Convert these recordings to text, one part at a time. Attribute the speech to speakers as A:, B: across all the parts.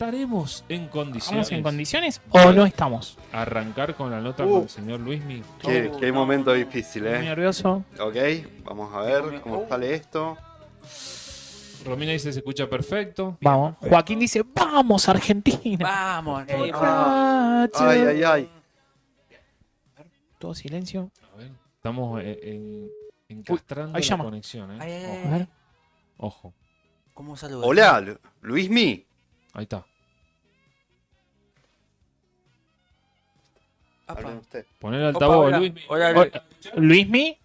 A: ¿Estaremos en condiciones
B: ¿Estamos en
A: de
B: condiciones o no estamos?
A: arrancar con la nota
C: Uh.
A: con el señor Luismi?
C: Qué, qué momento difícil,
B: Muy
C: eh.
B: nervioso.
C: Ok, vamos a ver cómo sale esto.
A: Romina dice se escucha perfecto.
B: Vamos. Joaquín dice, vamos Argentina.
D: Vamos, negro.
B: Muchacho.
C: Ay, ay, ay.
B: Todo silencio.
A: A ver, estamos eh, en, encastrando
B: ahí
A: la
B: llama.
A: conexión,
D: Ay, ay,
A: ¿eh?
D: ay.
B: A ver.
A: Ojo, ojo.
D: ¿Cómo saludas?
C: Hola, Lu- Luismi.
A: ahí está.
D: Apa.
C: Hablen usted.
A: Poner el altavoz,
D: hola.
A: Luismi.
D: Hola, Lu-
A: hola,
B: Luismi.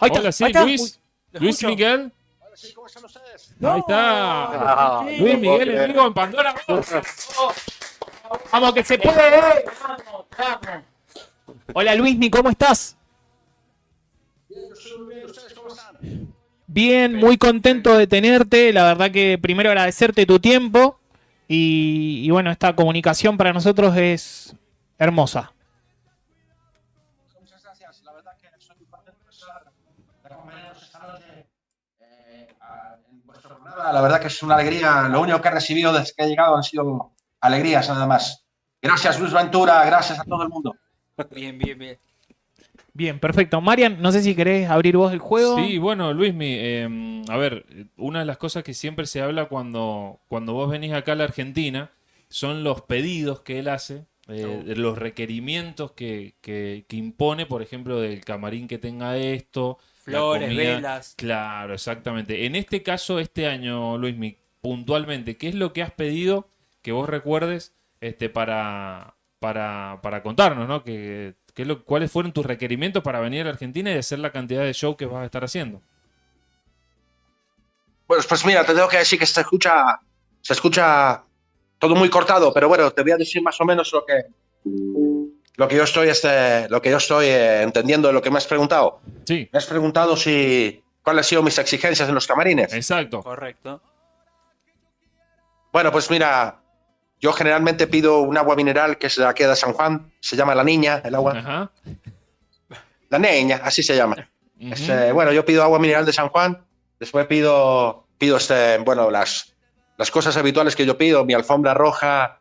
B: Ahí está.
A: hola, sí,
D: ahí está.
A: Luis.
D: Lo
A: Luis
D: escucho.
A: Miguel.
E: Ahora sí, ¿cómo están ustedes?
A: Ahí está.
C: Ah,
A: Luis
C: no puedo
A: Miguel,
C: creer.
A: en vivo en Pandora.
B: Vamos que se puede. eh. Hola Luismi, ¿cómo estás?
E: Bien, yo estoy muy bien. ¿Ustedes cómo están?
B: Bien, muy contento de tenerte. La verdad que primero agradecerte tu tiempo. Y, y bueno, esta comunicación para nosotros es hermosa.
E: Muchas gracias. La verdad que soy muy contento de estar de acompañarnos esta noche eh, a- en vuestro programa. La verdad que es una alegría. Lo único que he recibido desde que he llegado han sido alegrías, nada más. Gracias, Luis Ventura. Gracias a todo el mundo.
D: Bien, bien, bien.
B: Bien, perfecto. Marian, no sé si querés abrir vos el juego.
A: Sí, bueno, Luismi, eh, a ver, una de las cosas que siempre se habla cuando, cuando vos venís acá a la Argentina son los pedidos que él hace, eh, de los requerimientos que, que- que impone, por ejemplo, del camarín que tenga esto. la
D: Flores,
A: comida.
D: velas.
A: Claro, exactamente. En este caso, este año, Luismi, puntualmente, ¿qué es lo que has pedido que vos recuerdes este, para, para, para contarnos, ¿no? Que, que es lo- ¿Cuáles fueron tus requerimientos para venir a la Argentina y hacer la cantidad de show que vas a estar haciendo?
E: Pues, pues mira, te tengo que decir que se escucha, se escucha todo muy cortado, pero bueno, te voy a decir más o menos lo que, lo que yo estoy, este, lo que yo estoy eh, entendiendo de lo que me has preguntado.
A: Sí,
E: Me has preguntado si cuáles han sido mis exigencias en los camarines.
A: exacto.
D: Correcto.
E: Bueno, pues mira, yo generalmente pido un agua mineral que es de aquí de San Juan, se llama La Niña, el agua.
A: Ajá.
E: La Niña, así se llama.
A: Ujú.
E: Es, eh, bueno, yo pido agua mineral de San Juan, después pido, pido este, bueno, las, las cosas habituales que yo pido, mi alfombra roja,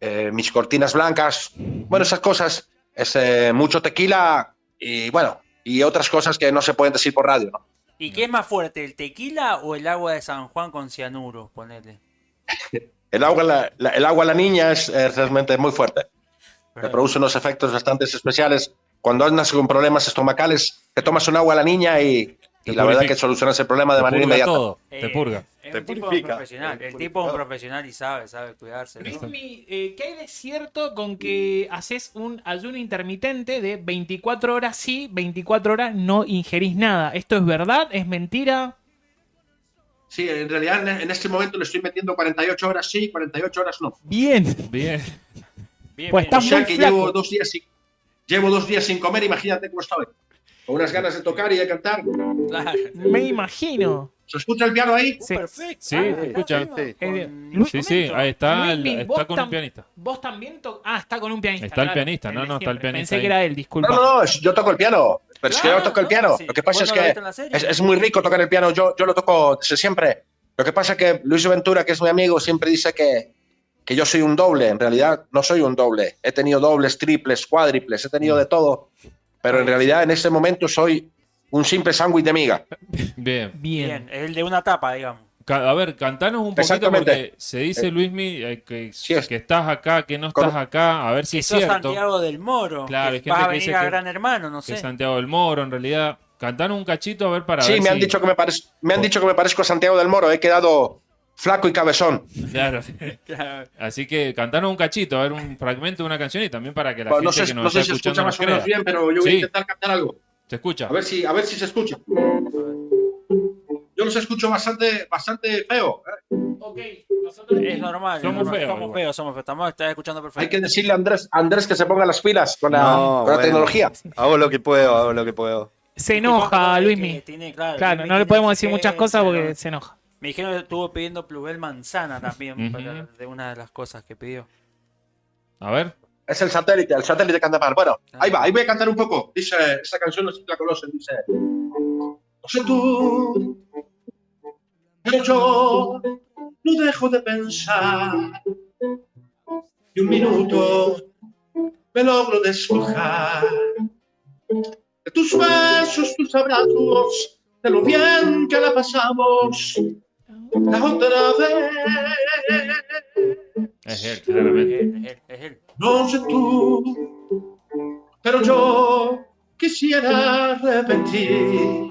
E: eh, mis cortinas blancas, bueno, esas cosas, este, mucho tequila y bueno, y otras cosas que no se pueden decir por radio, ¿no?
D: ¿Y qué es más fuerte, el tequila o el agua de San Juan con cianuro? Ponele.
E: El agua, la, la- el agua a la niña es, es realmente muy fuerte. Te produce unos efectos bastante especiales. Cuando andas con problemas estomacales, te tomas un agua a la niña y, y
A: Te
E: la verdad
A: purifica.
E: que solucionas el problema de
A: Te
E: manera
A: purga
E: inmediata.
A: todo,
D: Eh,
A: te purga.
D: Es
C: Te
D: un tipo
C: purifica,
D: profesional.
C: te
D: El tipo es un
C: purifica.
D: profesional y sabe, sabe cuidarse. ¿no?
B: Luismi, eh, ¿qué hay de cierto con que
A: Mm.
B: haces un ayuno intermitente de 24 horas sí, 24 horas no ingerís nada? ¿Esto es verdad? ¿Es mentira?
E: Sí, en realidad en- en este momento le estoy metiendo 48 horas sí, 48 horas no.
B: Bien.
A: Bien.
B: Pues
D: Bien,
E: O
D: bien.
B: estás muy
E: sea que
B: flaco.
E: llevo dos, días sin, llevo dos días sin comer, imagínate cómo estoy. Con unas ganas de tocar y de cantar.
D: Claro.
B: Me imagino.
E: ¿Se escucha el piano ahí?
B: Se-
A: Sí, se escucha.
C: Sí.
B: eh,
D: Con-
A: Sí, sí, ahí está, el-
B: Luismi,
A: está
B: vos
A: con un
B: tam-
A: pianista.
B: Vos también to- Ah, está con un pianista.
A: Está el
B: claro,
A: pianista, no,
B: de
A: no, está el
B: siempre.
A: pianista
B: Pensé
A: ahí.
B: que era él, disculpa.
E: No, no, no, es- yo toco el piano. Pero es que yo
D: Claro,
E: toco el
D: no,
E: piano.
D: sí.
E: Lo que pasa
D: Vos
E: es
D: no lo
E: que
D: viste en la serie.
E: es, es muy rico tocar el piano. Yo, yo lo toco desde siempre. Lo que pasa es que Luis Ventura, que es mi amigo, siempre dice que, que yo soy un doble. En realidad, no soy un doble. He tenido dobles, triples, cuádriples, he tenido de todo. Pero en realidad, en este momento, soy un simple sándwich de miga.
A: Bien.
B: Bien.
D: Bien, es el de una tapa, digamos.
A: Ca- A ver, cantanos un poquito
E: Exactamente.
A: porque se dice, Luismi, eh, que,
E: Sí es.
A: que estás acá, que no
E: Con-
A: estás acá, a ver si
D: Que
A: es
D: sos
A: cierto.
D: Santiago del Moro.
A: Claro, hay
D: que
A: gente
D: vas a
A: que
D: venir
A: dice
D: a
A: que-
D: Gran Hermano, no
A: que
D: sé.
A: es Santiago del Moro, en realidad. Cantanos un cachito a ver para
E: Sí,
A: ver
E: me han,
A: si-
E: dicho que me, parez- me han dicho que me parezco a Santiago del Moro. He quedado flaco y cabezón.
A: Claro.
D: Claro.
A: Así que cantanos un cachito, a ver un fragmento de una canción y también para que la
E: Bueno,
A: gente
E: no sé,
A: que nos
E: no sé
A: está
E: si se
A: escuchando nos
E: escucha más o menos
A: crea.
E: bien, pero yo voy
A: Sí.
E: a intentar captar algo.
A: ¿Te escucha?
E: A ver si, a ver si se escucha. Yo los escucho bastante, bastante feo. ¿eh?
B: Ok, nosotros-
D: Es normal. es
A: Somos
D: normal.
A: feos,
D: Somos
A: igual.
D: feos, somos feos. Estamos, estás escuchando perfecto.
E: Hay que decirle a Andrés, a Andrés que se ponga las pilas con la,
C: No,
E: con la
C: bueno.
E: tecnología.
C: Hago lo que puedo, hago lo que puedo.
B: Se
D: Disculpa,
B: enoja,
D: que
B: Luismi.
D: tiene- claro,
B: Claro,
D: Luismi
B: no le
D: tiene
B: podemos decir muchas cosas
D: exigencia,
B: porque
D: ¿no?
B: se enoja.
D: Me dijeron que estuvo pidiendo Plubel Manzana también,
A: Ujú.
D: para- de una de las cosas que pidió.
A: A ver.
E: Es el satélite, el satélite canta mal. Bueno, ahí va, ahí voy a cantar un poco. Dice, esa canción no sé si la conocen, dice. No sé tú, pero yo
F: no dejo de pensar. Y un minuto me logro despojar de tus besos, tus abrazos, de lo bien que la pasamos la otra vez.
A: Es él, claramente.
D: Es él, es él.
F: No sé tú, pero yo quisiera repetir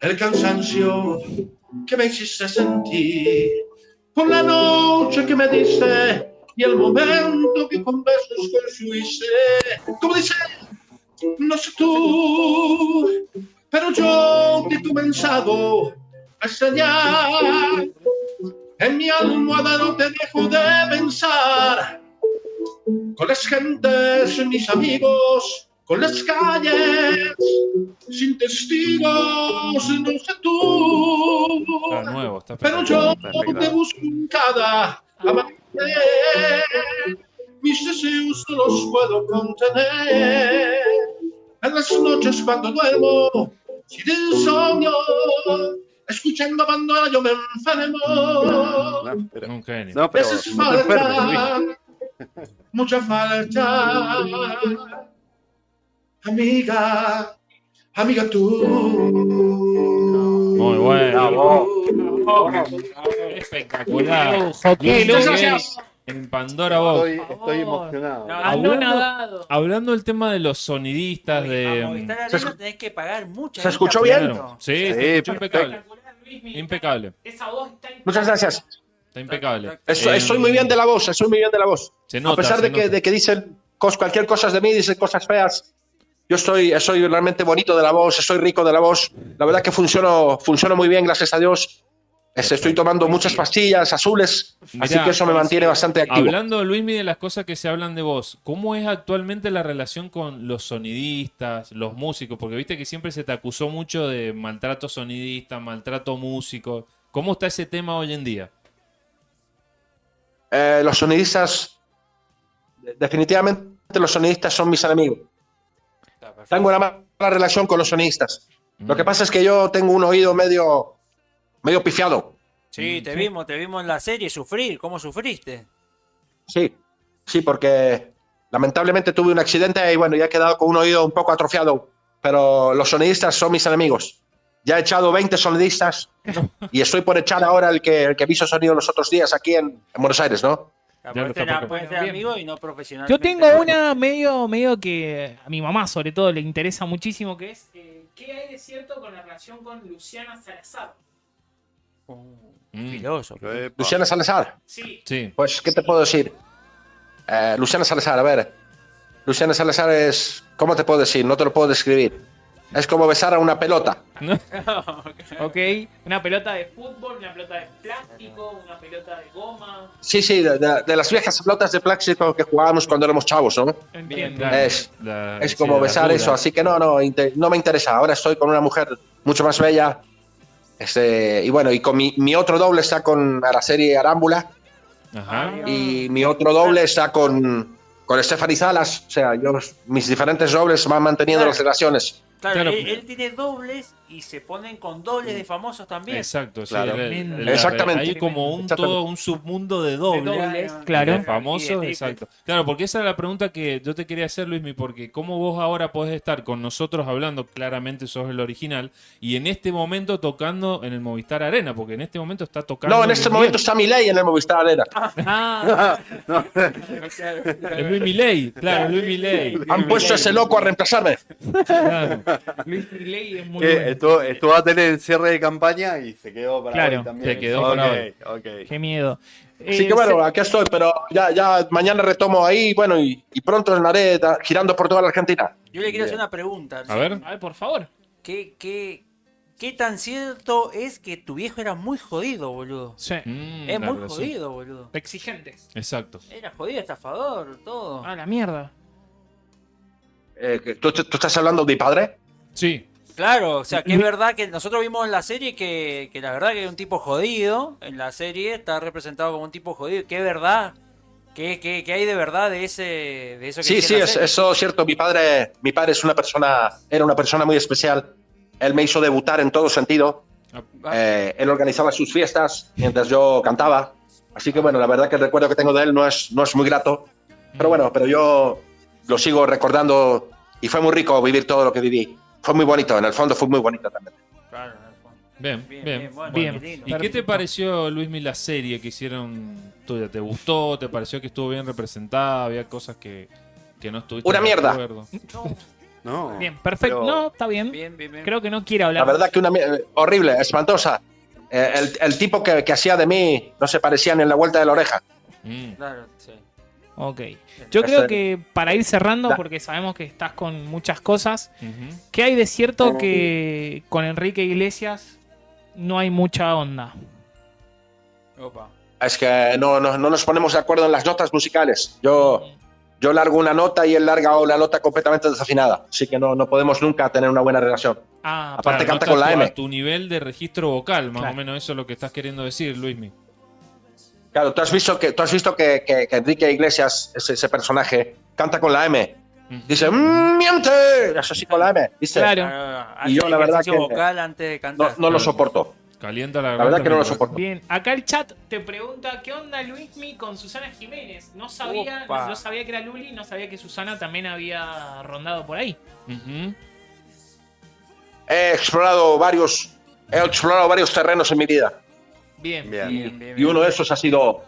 F: el cansancio que me hiciste sentir por la noche que me diste y el momento que con besos construiste. Como dice, no sé tú, pero yo te he comenzado a extrañar. En mi almohada no te dejo de pensar con las gentes, mis amigos, con las calles, sin testigos, no sé tú,
A: Está nuevo, está
F: pero yo
C: Perfecto.
F: te busco en cada amanecer, mis deseos no los puedo contener, en las noches cuando duermo, sin insomnio, escuchando bandera yo me enfermo.
C: No, pero,
A: Un genio.
C: no, pero
F: Haces
C: no te enfermes, Luis.
F: falta, mucha falta, amiga, amiga tú.
A: Muy bueno.
C: Bravo.
A: Espectacular.
B: Qué
A: Luis
B: loco.
A: Miguel en Pandora Box.
C: Estoy, estoy emocionado.
D: No,
A: Ah,
B: Hablando-
A: bueno. Hablando del tema de los sonidistas
D: A
A: de.
D: Movistar Arena
E: Se escu-
D: tenés que pagar mucha guita
E: ¿Se escuchó
D: por
E: bien?
D: esto.
A: Claro. Sí,
C: Sí,
A: se escuchó
C: perfecto.
A: impecable. Impecable.
B: Esa voz está
E: Muchas gracias.
A: Está impecable.
E: Estoy,
A: Eh,
E: estoy muy bien de la voz, estoy muy bien de la voz.
A: Se nota,
E: a pesar
A: se
E: de que,
A: nota.
E: de que dicen cos- cualquier cosa de mí, dicen cosas feas, yo estoy, soy realmente bonito de la voz, soy rico de la voz. La verdad que funciono, funciono muy bien, gracias a Dios. Es- Estoy tomando muchas pastillas azules, así
A: Mirá,
E: que eso me mantiene bastante activo.
A: Hablando, Luismi, de las cosas que se hablan de vos, ¿cómo es actualmente la relación con los sonidistas, los músicos? Porque viste que siempre se te acusó mucho de maltrato sonidista, maltrato músico. ¿Cómo está ese tema hoy en día?
E: Eh, los sonidistas, definitivamente los sonidistas son mis enemigos. Tengo una mala relación con los sonidistas. Lo
A: Mm.
E: que pasa es que yo tengo un oído medio, medio pifiado.
D: Sí, te vimos, te vimos en la serie sufrir. ¿Cómo sufriste?
E: Sí, sí, porque lamentablemente tuve un accidente y bueno, ya he quedado con un oído un poco atrofiado, pero los sonidistas son mis enemigos. Ya he echado 20 sonidistas y estoy por echar ahora el que, el que me hizo sonido los otros días aquí en, en Buenos Aires, ¿no?
A: Ya lo
D: Capaz que
A: está
D: era-
A: por-
D: puede ser
B: Bueno, bien.
D: amigo y no profesional.
B: Yo tengo una medio, medio que a mi mamá sobre todo le interesa muchísimo, que es eh, ¿qué hay de cierto con la relación con Luciana Salazar?
A: Mm,
D: Filósofo.
C: Epa.
E: Luciana Salazar.
B: Sí,
A: sí,
E: Pues, ¿qué te puedo decir? Eh, Luciana Salazar, a ver. Luciana Salazar es. ¿Cómo te puedo decir? No te lo puedo describir. Es como besar a una pelota.
B: ok. Una pelota de fútbol, una pelota de plástico, una pelota de goma.
E: Sí, sí, de, de- de las viejas pelotas de plástico que jugábamos cuando éramos chavos, ¿no?
B: No
A: bien,
B: entiendo.
A: dale.
E: Es-
A: La-
E: Es
A: sí,
E: como
A: la
E: besar
A: dura.
E: eso, así que no, no, inte- no me interesa. Ahora estoy con una mujer mucho más bella. Este, y bueno, y con mi, mi otro doble está con Araceli Arámbula
A: Ajá.
E: y mi otro doble está con, con Stephanie Salas. O sea, yo, mis diferentes dobles van manteniendo
D: Claro.
E: las relaciones.
D: Claro,
A: Claro.
D: Él, él tiene dobles y se ponen con dobles de famosos también.
A: Exacto, sí,
C: Claro.
A: la- la- la-
E: Exactamente.
A: Hay como un,
E: Exactamente.
A: todo un submundo de
D: De
A: doble.
D: dobles,
B: claro.
A: De famosos,
D: Y de
A: exacto. Claro, porque esa era la pregunta que yo te quería hacer, Luismi, porque cómo vos ahora podés estar con nosotros hablando, claramente sos el original, y en este momento tocando en el Movistar Arena, porque en este momento está tocando...
E: No, en este
A: Luis
E: momento está mi ley en el Movistar Arena.
B: Ah,
C: No,
A: Miguel. Es Luis Milei, claro, es Luis Milei.
E: Han puesto a ese loco a reemplazarme.
A: Claro.
B: Luis Riley es muy
E: Eh,
C: que
B: bueno.
C: estuvo, estuvo a tener el cierre de campaña y se quedó para
B: Claro.
C: hoy también.
A: Se quedó
C: Ok,
A: para hoy.
C: ok.
B: Qué miedo.
E: Así
B: Eh,
E: que bueno, aquí estoy, pero ya, ya mañana retomo ahí, bueno, y, y pronto andaré da- girando por toda la Argentina.
D: Yo le quiero hacer una pregunta.
A: A ver,
B: se- A ver, por favor.
D: ¿Qué, qué, qué tan cierto es que tu viejo era muy jodido, boludo?
B: Sí.
A: mm,
D: es
A: la
D: muy
A: relación.
D: jodido, boludo.
B: Exigentes.
A: Exacto.
D: Era jodido, estafador, todo.
B: Ah, la mierda.
E: Eh, que- ¿tú- ¿Tú estás hablando de mi padre?
A: Sí,
D: Claro, o sea, que es verdad que nosotros vimos en la serie que, que la verdad que es un tipo jodido. En la serie está representado como un tipo jodido. Que es verdad. Que, que, que hay de verdad de ese de eso que
E: Sí,
D: dice
E: sí,
D: la
E: es,
D: serie.
E: eso es cierto. Mi padre, mi padre es una persona, era una persona muy especial. Él me hizo debutar en todo sentido.
D: Ah,
E: Eh, él organizaba sus fiestas mientras yo cantaba. Así que bueno, la verdad que el recuerdo que tengo de él no es, no es muy grato. Pero
D: Mm.
E: bueno, pero yo lo sigo recordando y fue muy rico vivir todo lo que viví. Fue muy bonito, en el fondo fue muy bonito también.
D: Claro, en el fondo.
A: Bien, bien.
D: bueno,
B: bien.
D: qué lindo.
A: ¿Y qué te pareció, Luis, la serie que hicieron tuya? ¿Te gustó? ¿Te pareció que estuvo bien representada? ¿Había cosas que, que no estuviste
E: Una
A: de
E: mierda.
A: acuerdo?
D: No,
C: No.
B: Bien, perfecto.
C: Pero-
B: No, está bien.
D: bien, bien, bien.
B: Creo que no quiere hablar.
E: La verdad que una mie- horrible, espantosa. Eh, el, el tipo que, que hacía de mí no se parecía ni en la vuelta de la oreja.
A: Mm.
D: Claro, sí.
B: Ok. Yo creo
E: Ese-
B: que para ir cerrando,
E: Da-
B: porque sabemos que estás con muchas cosas,
A: Ujú.
B: ¿qué hay de cierto que con Enrique Iglesias no hay mucha onda?
D: Opa.
E: Es que no, no, no nos ponemos de acuerdo en las notas musicales. Yo, yo largo una nota y él larga una nota completamente desafinada. Así que no, no podemos nunca tener una buena relación.
B: Ah,
E: Aparte
A: Claro,
E: canta
A: no
E: con
A: está a
E: la
A: tu-
E: M.
A: A tu nivel de registro vocal, más
B: Claro.
A: o menos eso es lo que estás queriendo decir, Luismi.
E: Claro, tú has visto que, tú has visto que, que- que Enrique Iglesias, ese, ese personaje, canta con la M. Dice, "Mm, miente. Eso sí con la M. Dice,
B: Claro.
D: Claro,
E: Y yo,
D: hace
E: la verdad
D: Ah, ejercicio
E: que-
D: vocal antes de
E: no,
D: cantar.
E: no lo soporto.
A: Calienta la
E: La verdad que no lo
A: mientras-
E: soporto.
B: Bien, acá el chat te pregunta qué onda Luismi con Susana Jiménez. No sabía,
D: Opa.
B: yo sabía que era Luli, no sabía que Susana también había rondado por ahí.
A: Ujú.
E: He explorado varios, he explorado varios terrenos en mi vida.
B: Bien,
C: Bien.
D: Bien, bien,
E: Y uno de
D: bien.
E: esos ha sido,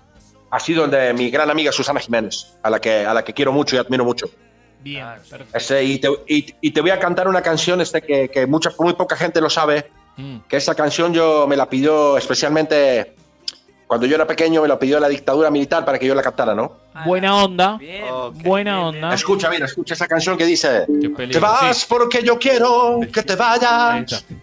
E: ha sido el de mi gran amiga Susana Jiménez, a la que, a la que quiero mucho y admiro mucho.
B: bien,
D: Claro, sí.
B: perfecto.
E: Este, y, te, y- y te voy a cantar una canción este que, que mucha, muy poca gente lo sabe,
A: Mm.
E: que esa canción yo me la pidió especialmente cuando yo era pequeño, me la pidió la dictadura militar para que yo la cantara, ¿no?
B: Buena onda,
D: Ah, Bien.
E: Oh,
C: Ok.
B: buena
D: bien,
B: onda.
D: Ah. bien.
E: Escucha, mira, escucha esa canción que dice,
A: Qué
E: te
A: peligro.
E: vas
A: sí.
E: porque yo quiero que te
A: Ahí
E: vayas.
A: está.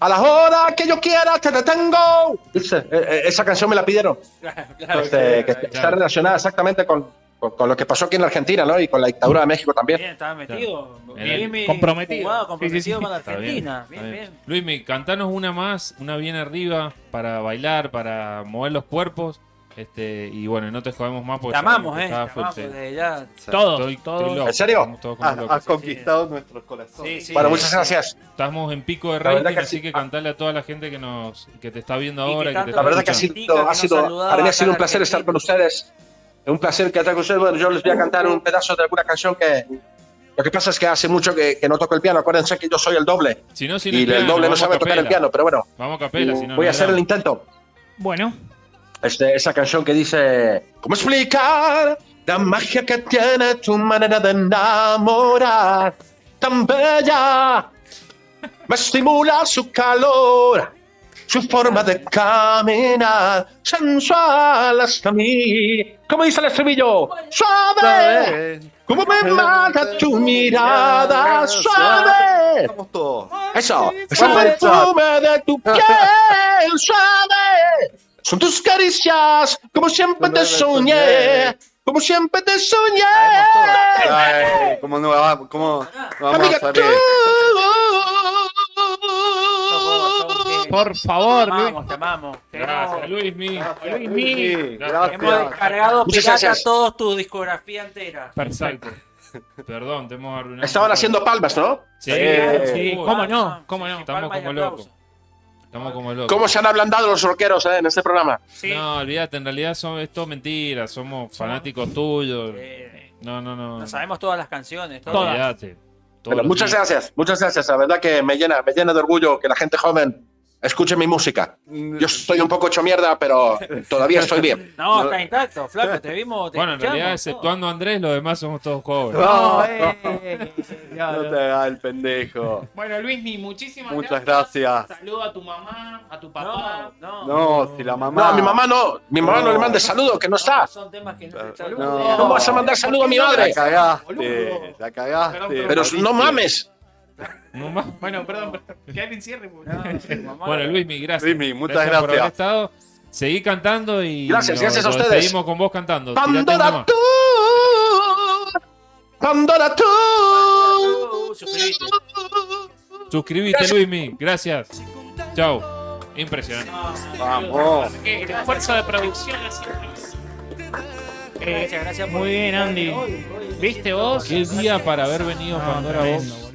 E: A la hora que yo quiera, te detengo. Dice, eh, eh, esa canción me la pidieron.
D: Claro, claro,
E: Este, que
D: Ah, claro,
E: está
A: claro.
E: relacionada exactamente con, con- con lo que pasó aquí en la Argentina, ¿no? Y con la dictadura de México también.
D: Bien, estaba metido.
A: Bien,
D: Bien,
B: comprometido.
D: jugado,
B: Sí, sí, sí.
D: comprometido con la
A: Está bien,
D: Argentina.
A: está
D: Bien,
A: bien.
D: bien.
A: Luismi, cantanos una más, una bien arriba, para bailar, para mover los cuerpos. Este, y bueno, no te jodemos más
D: Te
A: porque
D: amamos,
A: sabemos que
D: eh. Te
A: estás
D: amamos
A: fuerte.
D: desde ya.
B: Todos,
A: Estoy- estoy
B: todos.
A: loco,
E: ¿En serio?
A: estamos todos como
C: Has,
A: locos.
C: has conquistado nuestros corazones.
D: Sí, sí.
E: bueno, muchas gracias.
A: Estamos en pico de
E: La verdad
A: rating,
E: que
A: así
E: sí. Ah.
A: que cantale a toda la gente que nos que te está viendo
D: Y que
A: ahora. y que te
D: tanto
A: está
E: La verdad que ha
A: escuchando.
D: Significa
E: sido,
D: que
E: ha
D: no
E: sido,
D: saludaba
E: para mí
D: acá
E: ha sido
D: en
E: un placer estar con ustedes. Un placer que estar con ustedes. Bueno, yo les voy a cantar un pedazo de alguna canción que. Lo que pasa es que hace mucho que, que no toco el piano. Acuérdense que yo soy el doble.
A: Si no, si
E: Y el doble no
A: vamos a
E: sabe tocar el
A: capela.
E: piano, pero bueno,
A: Vamos a capela, si no.
E: voy
A: no
E: a hacer
A: le
E: el
A: damos.
E: intento.
B: Bueno,
E: Este, esa canción que dice, ¿cómo explicar la magia que tiene tu manera de enamorar? Tan bella, me estimula su calor, su forma de caminar, sensual hasta mí. ¿Cómo dice el estribillo? Suave, ¿cómo me mata tu mirada? Suave.
C: Estamos todos.
E: Eso, es el perfume de tu piel suave. Son tus caricias, como siempre te soñé, como siempre te
C: Sabemos todos.
E: soñé.
C: Ay, ¿Cómo no vamos, cómo no vamos
E: Amiga,
C: a salir?
D: Somos-
E: tú.
B: por favor,
D: Te
B: Luis.
D: amamos, te amamos.
A: Gracias, Luismi.
C: Sí,
D: Hemos
C: Gracias.
D: descargado
E: Muchas
D: pirata
E: gracias.
D: todos tu discografía entera.
A: Perfecto. Perdón, te hemos arruinado.
E: Estaban haciendo palmas, ¿no?
A: Sí,
C: Eh,
B: sí,
A: uy,
B: ¿cómo no? ¿Cómo
D: Sí,
B: no?
D: sí,
A: Estamos
D: palmas y
A: como
D: aplausos.
A: locos. Estamos como locos.
E: ¿Cómo se han ablandado los rockeros eh, en este programa?
B: Sí.
A: No, olvídate, en realidad son, esto es mentira. Somos fanáticos tuyos.
D: Eh,
A: No, no, no.
D: Nos sabemos todas las canciones. todo.
B: Todas.
A: Olvídate. Todos
E: Bueno,
A: los
E: muchas
A: días.
E: gracias, muchas gracias. La verdad que me llena, me llena de orgullo que la gente joven escuche mi música. Yo estoy un poco hecho mierda, pero todavía estoy bien.
C: No.
D: No, está intacto, flaco, te vimos. Te
A: Bueno, en realidad,
D: escuchamos,
A: exceptuando a Andrés, los demás somos todos jóvenes.
C: No,
B: eh, ya,
C: No
B: ya.
C: te hagas el pendejo.
B: Bueno, Luismi, muchísimas
C: Muchas gracias.
B: Saludo a tu mamá, a tu papá.
D: todo. No, no.
C: No, si la mamá.
E: No, mi mamá no, mi mamá no le mande saludo, que no está.
D: Son temas que no se
C: No.
D: charlan.
E: ¿Cómo vas a mandar saludo a mi
C: La
E: madre?
C: cagaste,
B: Boludo.
C: la cagaste.
B: Perdón,
E: Pero no mames.
A: No más.
B: Bueno, perdón, perdón. que alguien cierre. porque-
D: No, mamá.
A: Bueno, Luismi, gracias.
C: Luismi, muchas
A: por haber
C: gracias.
A: estado. Seguí cantando y.
E: Gracias,
A: nos-
E: gracias a
A: nos
E: ustedes.
A: despedimos con vos cantando. Tirate una
E: Pandora
A: más.
E: tú. Pandora tú.
D: Uh, suscribite.
A: Suscribite, Luismi. Gracias. Chau. Impresionante.
C: Vamos.
B: que Eh, el esfuerzo de producción ha sido
D: Gracias, gracias por-
B: Muy bien, Andy. ¿Viste vos?
A: Qué día para haber venido
B: No,
A: Pandora
B: tremendo,
A: vos.